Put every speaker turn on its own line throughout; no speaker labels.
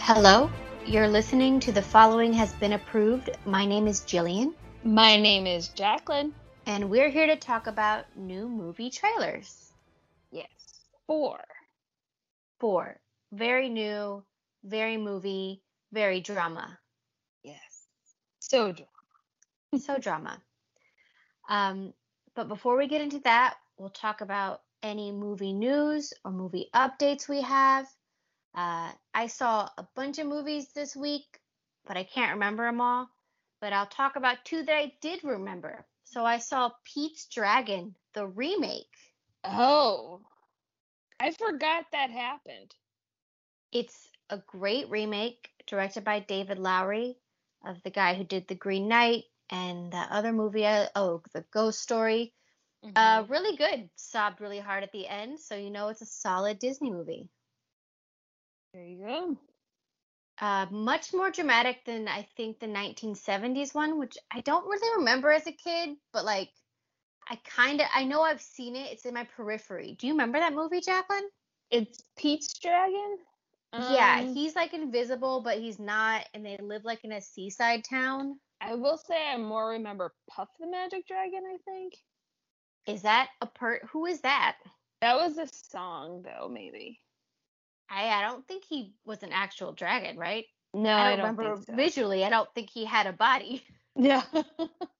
Hello, you're listening to The Following Has Been Approved. My name is Jillian,
My name is Jacqueline.
and we're here to talk about new movie trailers.
Yes. Four.
Four. Very new, very movie, very drama.
Yes. So dr-
So drama. Um, but before we get into that, we'll talk about any movie news or movie updates we have. Uh, I saw a bunch of movies this week, but I can't remember them all. But I'll talk about two that I did remember. So I saw Pete's Dragon, the remake.
Oh. I forgot that happened.
It's a great remake directed by David Lowry, of the guy who did The Green Knight and that other movie, uh, oh, The Ghost Story. Uh,
Mhm.
really good. Sobbed really hard at the end, so you know it's a solid Disney movie.
there you go.
Uh, much more dramatic than I think the 1970s one, which I don't really remember as a kid, but like I kind of I know I've seen it. It's in my periphery. Do you remember that movie, Jacqueline?
It's Pete's dragon?
yeah,
Um,
he's like invisible, but he's not, and they live like in a seaside town.
I will say I more remember Puff the Magic Dragon, I think.
Is that a per? Who is that?
That was a song though, maybe.
I I don't think he was an actual dragon, right?
No,
I don't remember visually. I don't think he had a body.
No.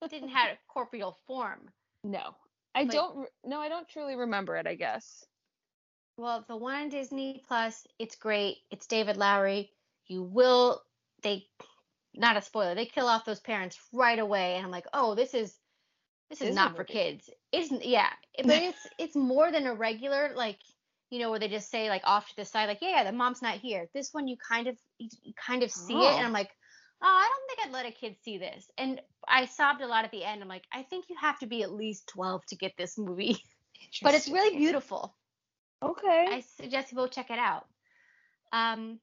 Didn't have a corporeal form.
no. I
But-
don't re- no, I don't truly remember it, I guess.
Well, the one on Disney Plus, it's great. It's David Lowry. You will they not a spoiler. They kill off those parents right away and I'm like, "Oh, this is this is
Disney
not for
movie.
kids." It's yeah, it- but it's it's more than a regular like you know where they just say like off to the side like, "Yeah, yeah, the mom's not here." This one you kind of you kind of see it and
Oh.
I'm like, "Oh, I don't think I'd let a kid see this." And I sobbed a lot at the end. I'm like, "I think you have to be at least 12 to get this movie." but it's really
Interesting.
beautiful.
Okay.
I suggest you go check it out. Um,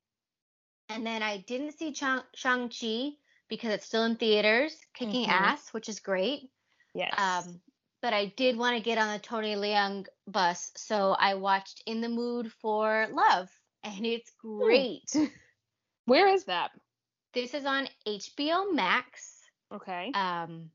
and then I didn't see Chang- Shang-Chi because it's still in theaters, kicking
Mhm.
ass, which is great.
yes.
Um, but I did want to get on the Tony Leung bus, so I watched In the Mood for Love, and it's great.
Where is that?
this is on HBO Max.
Okay.
Um,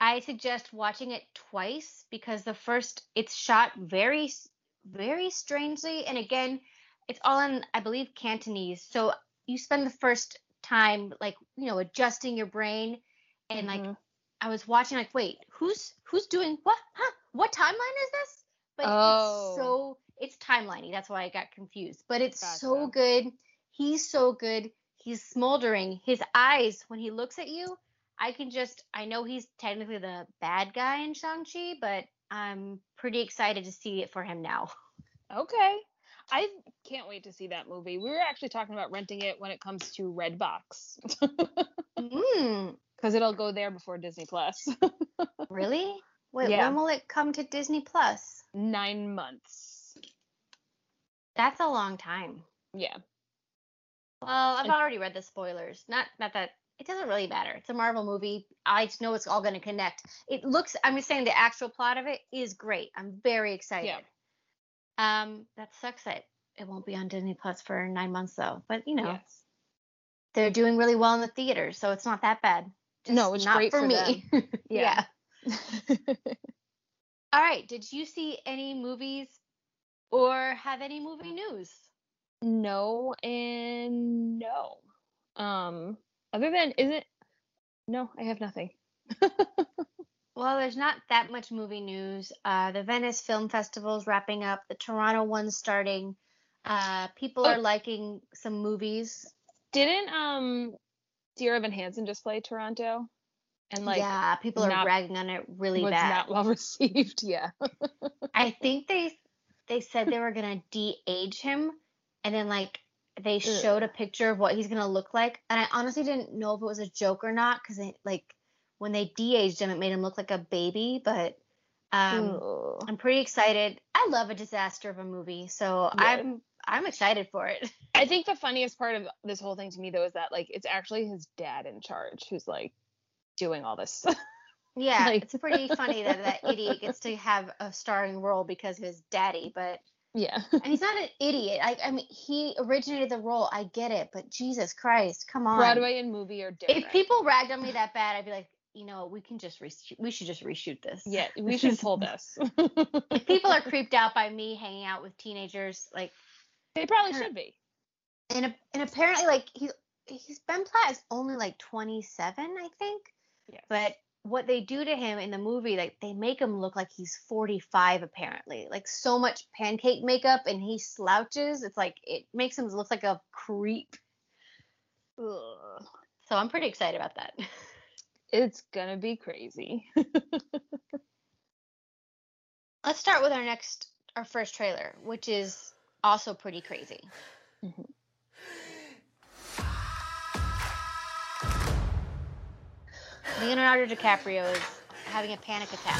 I suggest watching it twice because the first it's shot very, s- very strangely, and again, it's all in I believe Cantonese. So you spend the first time like you know adjusting your brain, and like
Mhm.
I was watching like wait who's who's doing what huh what timeline is this? But
Oh.
it's so it's timeliney. That's why I got confused. But it's so
Gotcha.
good. He's so good. He's smoldering. His eyes when he looks at you. I can just I know he's technically the bad guy in Shang-Chi, but I'm pretty excited to see it for him now.
Okay. I can't wait to see that movie. We were actually talking about renting it when it comes to Redbox
Mm,
because it'll go there before Disney Plus.
really? Wait,
Yeah.
when will it come to Disney Plus?
Nine months.
That's a long time.
Yeah.
Well, I've
And-
already read the spoilers. Not not that it doesn't really matter. It's a Marvel movie. I just know it's all going to connect. It looks. I'm just saying the actual plot of it is great. I'm very excited.
Yeah.
Um, that sucks that it won't be on Disney Plus for nine months though. But you know,
Yes.
they're doing really well in the theater, so it's not that bad.
No, it's
not
great
for,
for
me.
Yeah.
All right. Did you see any movies or have any movie news?
no and no. Um. Other than isn't. No, I have nothing.
Well, there's not that much movie news. Uh, the Venice Film Festival's wrapping up. The Toronto one's starting. Uh, people
Oh.
are liking some movies.
Didn't um, Dear Evan Hansen just play Toronto? And like
yeah, people are
not-
bragging on it really
was
bad.
not well received. Yeah.
I think they they said they were gonna de-age him, and then like they showed a picture of what he's gonna look like, and I honestly didn't know if it was a joke or not because like when they de-aged him, it made him look like a baby. But um,
Ooh.
I'm pretty excited. I love a disaster of a movie, so
Yeah.
I'm I'm excited for it.
I think the funniest part of this whole thing to me though is that like it's actually his dad in charge who's like doing all this.
yeah,
Like-
it's pretty funny that that idiot gets to have a starring role because of his daddy, but
Yeah.
And he's not an idiot. I, I mean, he originated the role. I get it, but Jesus Christ, come on.
Broadway and movie are different.
If people ragged on me that bad, I'd be like, you know, we can just reshoot. We should just reshoot this.
Yeah, we should pull this.
if people are creeped out by me hanging out with teenagers, like,
They probably should be.
and a- and apparently, like, he he's Ben Platt is only like 27, I think.
Yes.
But what they do to him in the movie, like, they make him look like he's 45. Apparently, like, so much pancake makeup, and he slouches. It's like it makes him look like a creep.
Ugh.
So I'm pretty excited about that.
it's gonna be crazy.
Let's start with our next, our first trailer, which is also pretty crazy. Leonardo DiCaprio is having a panic attack.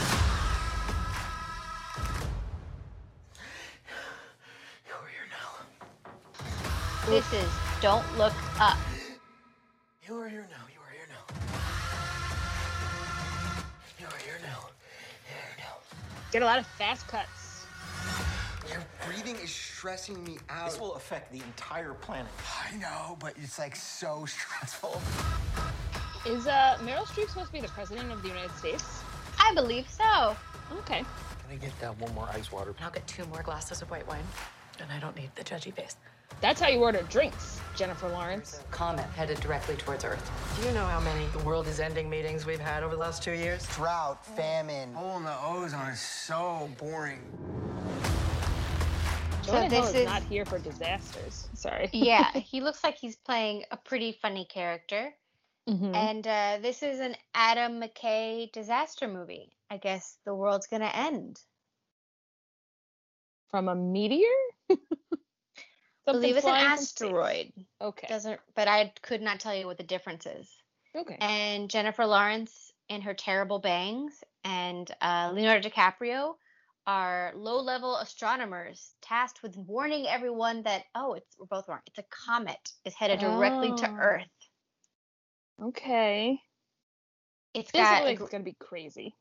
Who are you now?
This is Don't Look Up.
You are here now. You are here now. You are here now. You are here now.
Get a lot of fast cuts.
Your breathing is stressing me out.
This will affect the entire planet.
I know, but it's like so stressful.
Is uh Meryl Streep supposed to be the president of the United States?
I believe so.
Okay.
Can I get uh, one more ice water?
I'll get two more glasses of white wine. And I don't need the judgy face.
That's how you order drinks, Jennifer Lawrence.
Comet headed directly towards Earth. Do you know how many the world is ending meetings we've had over the last two years?
Drought, famine.
Hole in the ozone is so boring.
Jonah Hill
this
is,
is-
not here for disasters. Sorry.
Yeah, he looks like he's playing a pretty funny character.
Mhm.
And uh, this is an Adam McKay disaster movie. I guess the world's going to end.
From a meteor?
I
Something
believe it's an
flying from space.
asteroid.
Okay.
Doesn't, but I could not tell you what the difference is.
Okay.
and Jennifer Lawrence in her terrible bangs and uh, Leonardo DiCaprio are low-level astronomers tasked with warning everyone that oh, it's we're both wrong. It's a comet. It's headed directly to
Oh.
Earth.
Okay.
It's
This
got a
looks
gr-
like it's gonna be crazy.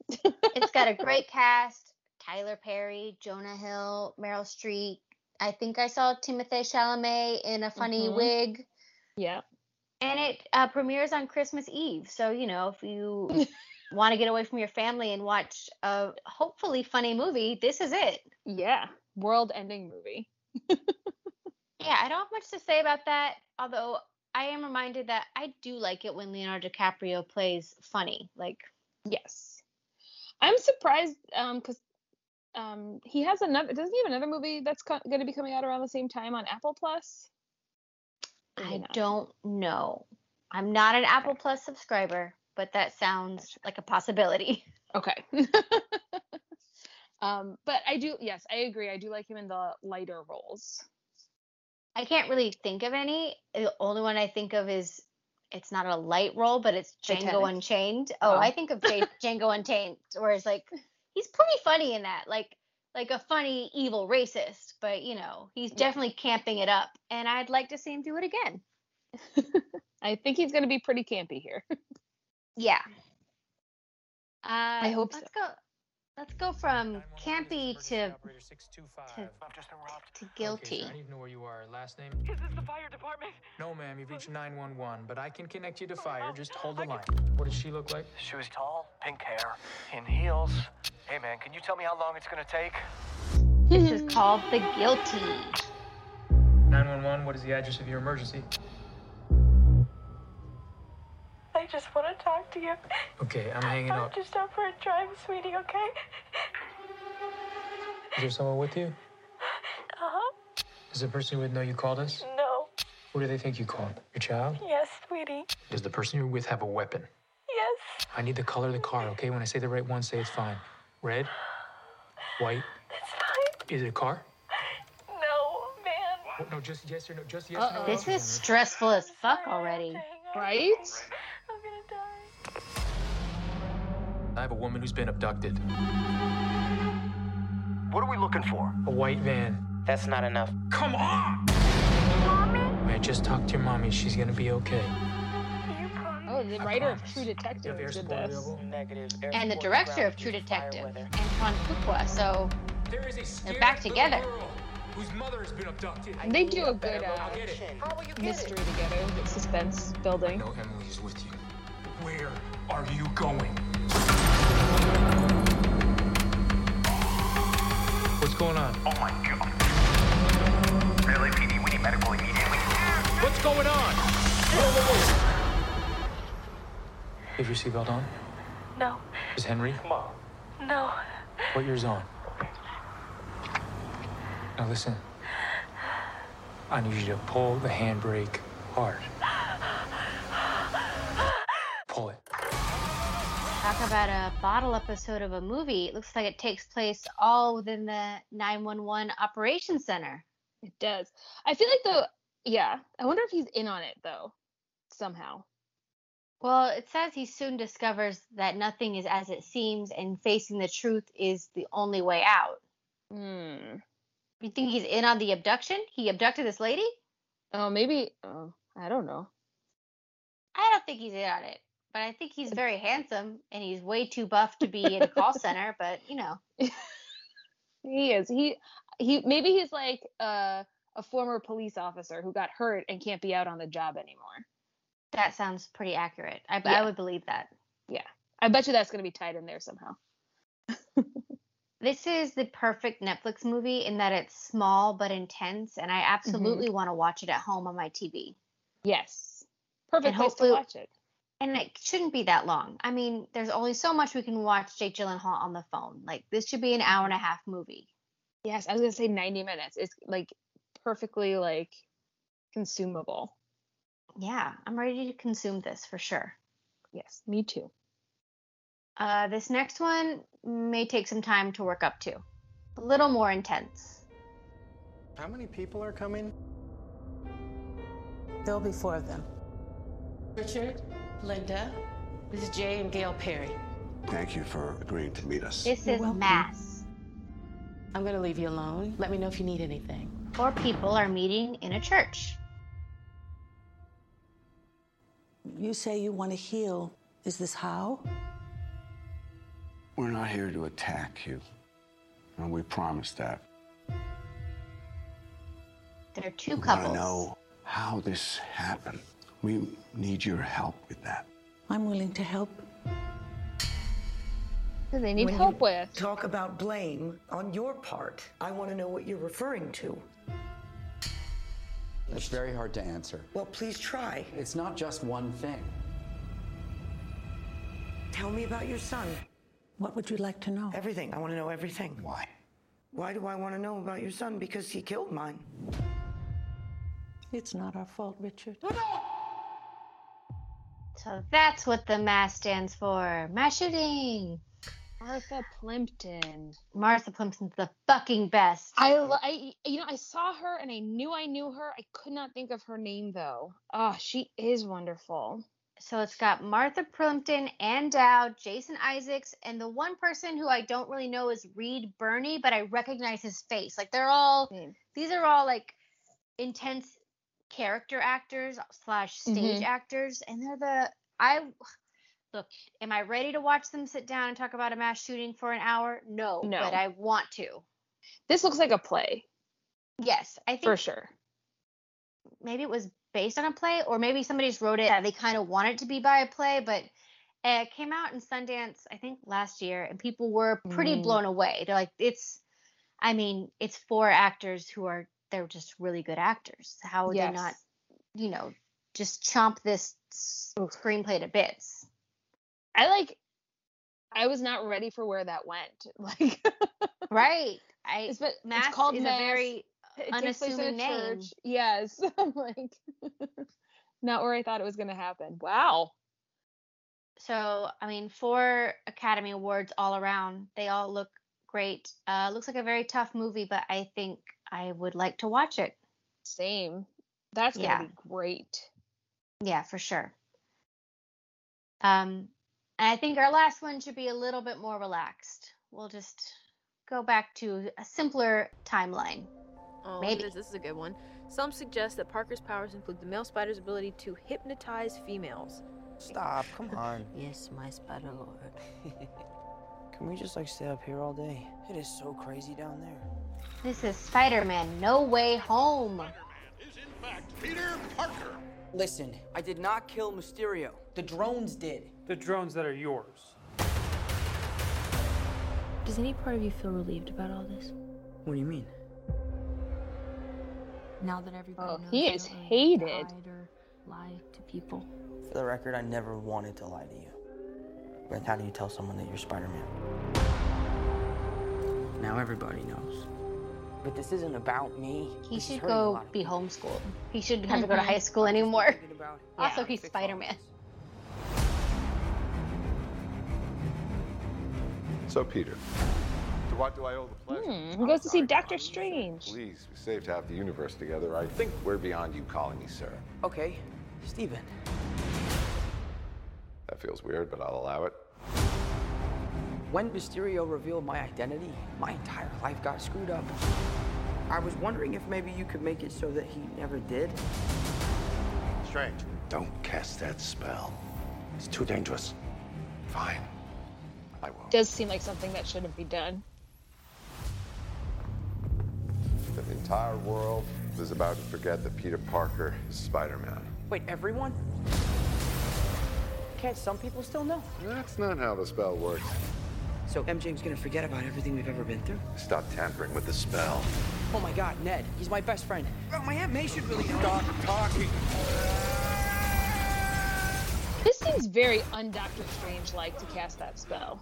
it's got a great cast: Tyler Perry, Jonah Hill, Meryl Streep. I think I saw Timothée Chalamet in a funny
Mhm.
wig.
Yeah.
Mm-hmm. And it uh, premieres on Christmas Eve. So, you know, if you want to get away from your family and watch a hopefully funny movie, this is it.
Yeah. World ending movie.
Yeah, I don't have much to say about that. Although I am reminded that I do like it when Leonardo DiCaprio plays funny. Like,
Yes. I'm surprised um cuz um he has another doesn't he have another movie that's co- going to be coming out around the same time on Apple Plus? Maybe
I
not.
don't know. I'm not an Apple Plus subscriber, but that sounds like a possibility.
Okay. um but I do yes, I agree. I do like him in the lighter roles.
I can't really think of any. The only one I think of is it's not a light role, but it's Django
Titanic.
Unchained. Oh,
Oh.
I think of J- Django Unchained, where it's like he's pretty funny in that, like like a funny evil racist, but you know he's
Yeah.
definitely camping it up, and I'd like to see him do it again.
I think he's going to be pretty campy here.
Yeah. Uh, I
hope
let's go. Let's go from campy to to,
I've just arrived.
to guilty.
Okay, sir, I don't even know where you are. Last name?
Is this the fire department? Oh,
No, ma'am. You've reached 911, but I can connect you to fire.
no.
Just hold the
I can-
line. What does she look like?
She was tall, pink hair, in heels. Hey, man, can you tell me how long it's gonna take?
This is called the guilty.
911. What is the address of your emergency?
I just want to talk to you.
Okay, I'm hanging
I'm
up.
just out for a drive, sweetie, okay?
Is there someone with you?
Uh-huh.
Does the person who would know you called us?
No.
Who do they think you called? Your child?
Yes, sweetie.
Does the person you're with have a weapon?
Yes.
I need the color of the car. Okay, when I say the right one, say it's fine. Red, white.
It's fine.
Is it a car? Oh,
No, man.
No, just yes or no. Just yes.
Uh-oh.
Or no.
This is stressful as fuck
I have
already.
to hang up.
Right?
I'm gonna die.
I have a woman who's been abducted.
What are we looking for?
A white van.
That's not enough.
Come on! Mommy? I just talked to your mommy. She's gonna be okay.
You promised.
Oh, the writer of
promise.
True
You have air
Detective did
support
this.
available?
Negative.
and the
Airport,
director
ground
of True
heat, fire
Detective,
weather.
Antoine Fuqua. So
There is a
back together.
Girl. whose mother has been abducted.
They do a good
I'll
uh,
get it.
How will you get
mystery together, with suspense building.
No, Emily is with you. Where are you going? What's going on?
Oh my god. Really, PD? We need medical immediately.
What's going on? Whoa, whoa, whoa. Have your seatbelt on?
No,
Is Henry?
no.
What year's on? Now listen. I need you to pull the handbrake hard. Pull it.
Talk about a bottle episode of a movie. It looks like it takes place all within the 911 operations center.
It does. I feel like though, yeah. I wonder if he's in on it though, somehow.
Well, it says he soon discovers that nothing is as it seems and facing the truth is the only way out.
Hmm.
You think he's in on the abduction? He abducted this lady?
Oh, maybe. Oh, I don't know.
I don't think he's in on it, but I think he's very handsome and he's way too buff to be in a call center, but you know.
He is. He he. Maybe he's like uh, a former police officer who got hurt and can't be out on the job anymore.
That sounds pretty accurate. I, I
Yeah.
would believe that.
I bet you that's gonna be tied in there somehow.
This is the perfect Netflix movie in that it's small but intense, and I absolutely want to watch it at home on my TV.
Yes. Perfect place
hopefully-
to watch it.
And it shouldn't be that long. I mean, there's only so much we can watch Jake Gyllenhaal on the phone. Like, this should be an hour and a half movie.
Yes, I was gonna say 90 minutes. It's like perfectly like consumable.
Yeah, I'm ready to consume this for sure.
Yes, me too.
Uh, this next one may take some time to work up to, a little more intense.
How many people are coming?
There'll be four of them. Richard, Linda, this is Jay and Gail Perry.
Thank you for agreeing to meet us.
This is mass.
I'm gonna leave you alone. Let me know if you need anything.
Four people are meeting in a church.
You say you want to heal. Is this how?
We're not here to attack you. And we promise that.
There are two
We want
couples.
to know how this happened. We need your help with that.
I'm willing to help.
So they need help with.
Talk about blame on your part. I want to know what you're referring to.
It's very hard to answer.
Well, please try.
It's not just one thing.
Tell me about your son.
What would you like to know?
Everything. I want to know everything.
Why?
Why do I want to know about your son? Because he killed mine.
It's not our fault, Richard.
So that's what the mass stands for. Mass shooting.
Martha Plimpton.
Martha Plimpton's the fucking best.
I, lo- I you know I saw her and I knew I knew her. I could not think of her name though. Oh, she is wonderful.
So it's got Martha Plimpton, Ann Dowd, Jason Isaacs, and the one person who I don't really know is Reed Burney, but I recognize his face. Like they're all
Same.
these are all like intense character actors slash stage
Mhm.
actors, and they're the I look. Am I ready to watch them sit down and talk about a mass shooting for an hour? No,
No.
but I want to.
This looks like a play
Yes, I think
for sure.
maybe it was based on a play or maybe somebody just wrote it that they kind of wanted it to be by a play but it came out in sundance i think last year and people were pretty
Mm.
blown away they're like it's i mean it's four actors who are they're just really good actors how would
Yes.
they not you know just chomp this s-
Oof.
screenplay to bits
I like. I was not ready for where that went. Like
right i
it's, but
mass
it's called
is
Mass.
a very
It takes place in
unassuming
a
name.
church. Yes. I'm like not where I thought it was gonna happen. Wow.
so i mean four academy awards all around they all look great uh looks like a very tough movie but i think i would like to watch it
Same. That's gonna
Yeah.
be great.
yeah for sure um and i think our last one should be a little bit more relaxed we'll just go back to a simpler timeline
Oh,
Maybe.
This, this is a good one. Some suggest that Parker's powers include the male spider's ability to hypnotize females.
Stop. Come on.
Yes, my spider lord.
Can we just like stay up here all day? It is so crazy down there.
This is Spider Man No Way Home.
Peter Parker.
Listen, I did not kill Mysterio. The drones did.
The drones that are yours.
Does any part of you feel relieved about all this?
What do you mean?
Now that everybody
Oh,
knows
he
you
is
don't really
hated.
hide or lie to people.
For the record, I never wanted to lie to you. But how do you tell someone that you're Spider Man? Now everybody knows. But this isn't about me.
He
This is
should
hurting a
go
lot of
be homeschooled. He shouldn't have to go to
Mhm.
high school anymore. also,
Yeah,
he's Spider Man.
So, Peter, to what do I owe the pleasure?
Hmm. He goes to see Doctor Strange.
Please, we saved half the universe together. I think we're beyond you calling me sir.
Okay, Steven.
That feels weird, but I'll allow it.
When Mysterio revealed my identity, my entire life got screwed up. I was wondering if maybe you could make it so that he never did.
Strange.
Don't cast that spell. It's too dangerous. Fine. I won't.
Does seem like something that shouldn't be done.
The entire world is about to forget that Peter Parker is Spider Man.
Wait, everyone? Can't some people still know?
That's not how the spell works.
So MJ's gonna forget about everything we've ever been through?
Stop tampering with the spell.
Oh my god, Ned, he's my best friend. Oh, my Aunt May should really Stop talking.
This seems very un Doctor Strange like to cast that spell.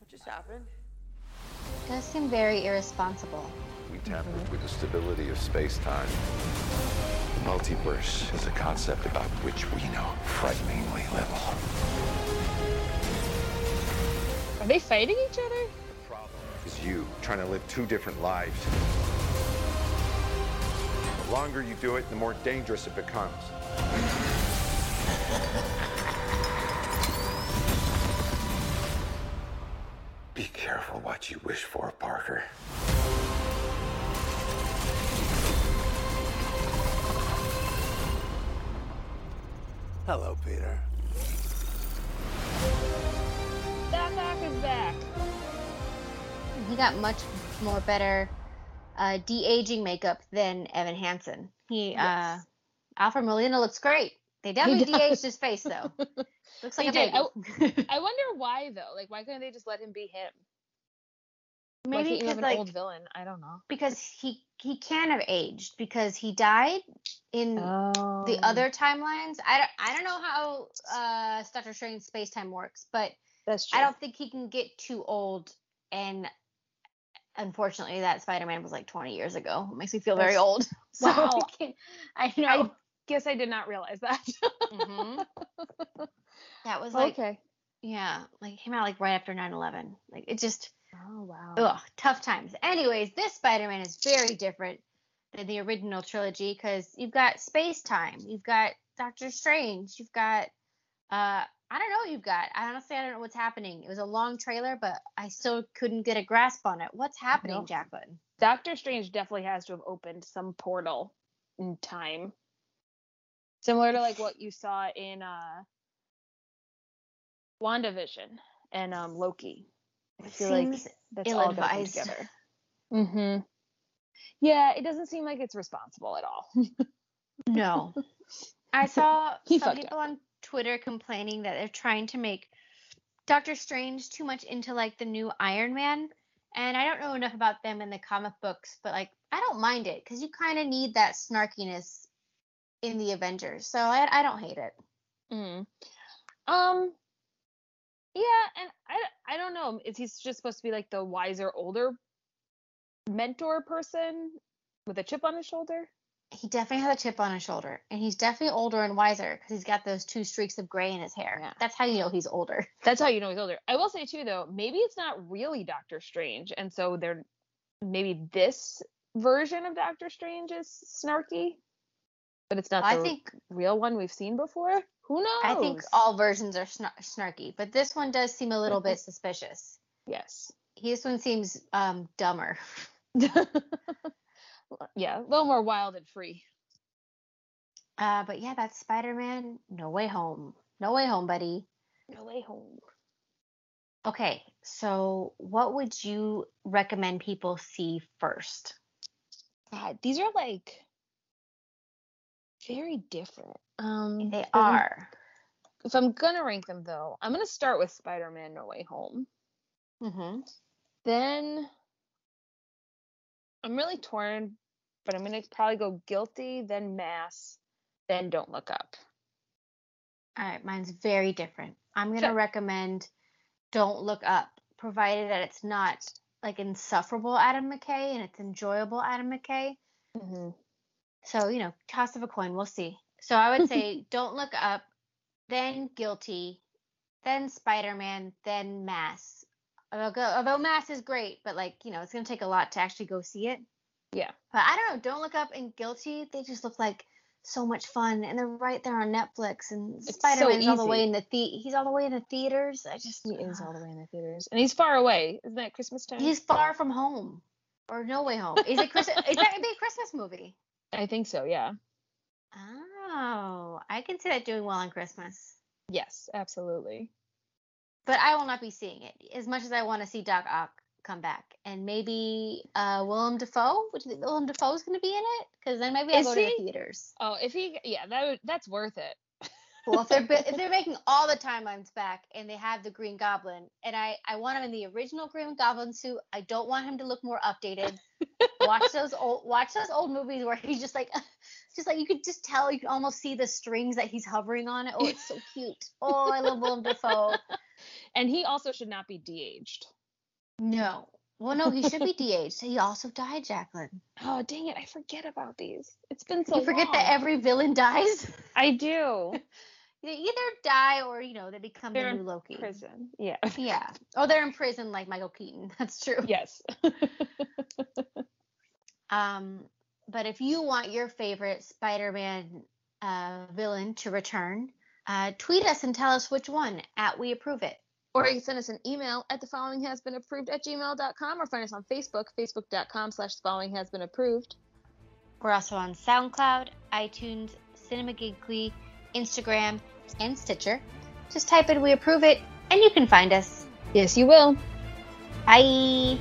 What just happened?
Does seem very irresponsible.
We tampered with the stability of space time. The multiverse is a concept about which we know frighteningly little.
Are they fighting each other?
is you trying to live two different lives. The longer you do it, the more dangerous it becomes. Be careful what you wish for, Parker.
Hello, Peter.
Doc Ock is back.
He got much more better uh, de aging makeup than Evan Hansen. He uh, Alfred Molina looks great. They definitely de aged
does.
his face though. looks
They
like a
did.
baby.
I wonder why though. Like, why couldn't they just let him be him?
Maybe
why can't you have
'cause,
an
like-
old villain? I don't know.
because he he can have aged because he died in
Mm. Oh,
the other timelines. I don't, I don't know how uh Doctor Strange's space time works, but
that's
I don't think he can get too old and unfortunately that Spider-Man was like 20 years ago. It makes me feel very
That's-
old. So
Wow.
I, can- I know
guess I did not realize that.
mm-hmm. that was like
Mm-hmm. okay.
yeah, like came out like right after 9/11. Like it just
Oh wow.
Ugh, tough times. Anyways, this Spider Man is very different than the original trilogy because you've got space time, you've got Doctor Strange, you've got, uh, I don't know what you've got. I honestly, I don't know what's happening. It was a long trailer, but I still couldn't get a grasp on it. What's happening,
No.
Jacqueline?
Doctor Strange definitely has to have opened some portal in time. Similar to like what you saw in uh WandaVision and um Loki. I feel
Seems
like that's all gonna come
ill-advised.
together. Mm-hmm. Yeah, it doesn't seem like it's responsible at all.
No. I saw
He
some
fucked
people on Twitter complaining that they're trying to make Doctor Strange too much into like the new Iron Man. And I don't know enough about them in the comic books, but like I don't mind it because you kind of need that snarkiness in the Avengers. So I, I don't hate it.
Mm. Um. Yeah, and I I don't know. Is he just supposed to be like the wiser, older mentor person with a chip on his shoulder?
He definitely has a chip on his shoulder, and he's definitely older and wiser because he's got those two streaks of gray in his hair. That's how you know he's older.
That's how you know he's older. I will say too, though, maybe it's not really Doctor Strange, and so they're maybe this version of Doctor Strange is snarky, but it's not the
I think
real one we've seen before. Who knows?
I think all versions are snar- snarky, but this one does seem a little bit suspicious.
Yes.
This one seems um, dumber.
yeah, a little more wild and free.
Uh, but yeah, that's Spider Man No Way Home. No Way Home, buddy.
No way home.
Okay, so what would you recommend people see first?
God, these are like very different. Um,
they
I'm-
are.
If I'm gonna rank them though, I'm gonna start with Spider-Man: No Way Home.
Mm-hmm.
Then I'm really torn, but I'm gonna probably go Guilty, then Mass, then Don't Look Up.
All right, mine's very different. I'm going to recommend Don't Look Up, provided that it's not like insufferable Adam McKay and it's enjoyable Adam McKay. So, you know, toss of a coin, we'll see. So I would say Don't Look Up, then Guilty, then Spider Man, then Mass. Although, although Mass is great, but like, you know, it's going to take a lot to actually go see it.
Yeah.
But I don't know. Don't look up and guilty. They just look like so much fun, and they're right there on Netflix. And
so
Spider Man's all the
easy.
way in the the he's all the way in the theaters. I just
He is all the way in the theaters, and he's far away. Isn't that Christmas time?
He's far from home, or no way home. Is it Christmas? is that it'd be a Christmas movie?
I think so. Yeah.
Oh, I can see that doing well on Christmas,
Yes, absolutely.
but I will not be seeing it as much as I want to see Doc Ock come back, and maybe uh Willem Dafoe. Which Willem Dafoe is going to be in it, because then maybe I'll
Is
go to
he?
the theaters.
Oh, if he, yeah, that would, that's worth it.
Well, if they're bu- if they're making all the timelines back and they have the Green Goblin, and I I want him in the original Green Goblin suit. I don't want him to look more updated. watch those old watch those old movies where he's just like just like you could just tell you can almost see the strings that he's hovering on. Oh, it's so cute. Oh, I love Willem Dafoe.
And he also should not be de-aged.
No. Well, no, he should be DH. He also died, Jacqueline.
Oh, dang it! I forget about these. It's been so.
You forget that
long.
every villain dies.
I do.
They either die or you know they become
They're
the
in
new Loki.
prison. Yeah.
Yeah. Oh, they're in prison like Michael Keaton. That's true.
Yes.
um, but if you want your favorite Spider-Man uh, villain to return, uh, tweet us and tell us which one at We Approve It.
Or you can send us an email at the following has been approved at gmail.com or find us on Facebook, facebook.com slash the following has been approved.
We're also on SoundCloud, iTunes, CinemaGeekly, Instagram, and Stitcher. Just type in We Approve It and you can find us.
Yes, you will.
Bye.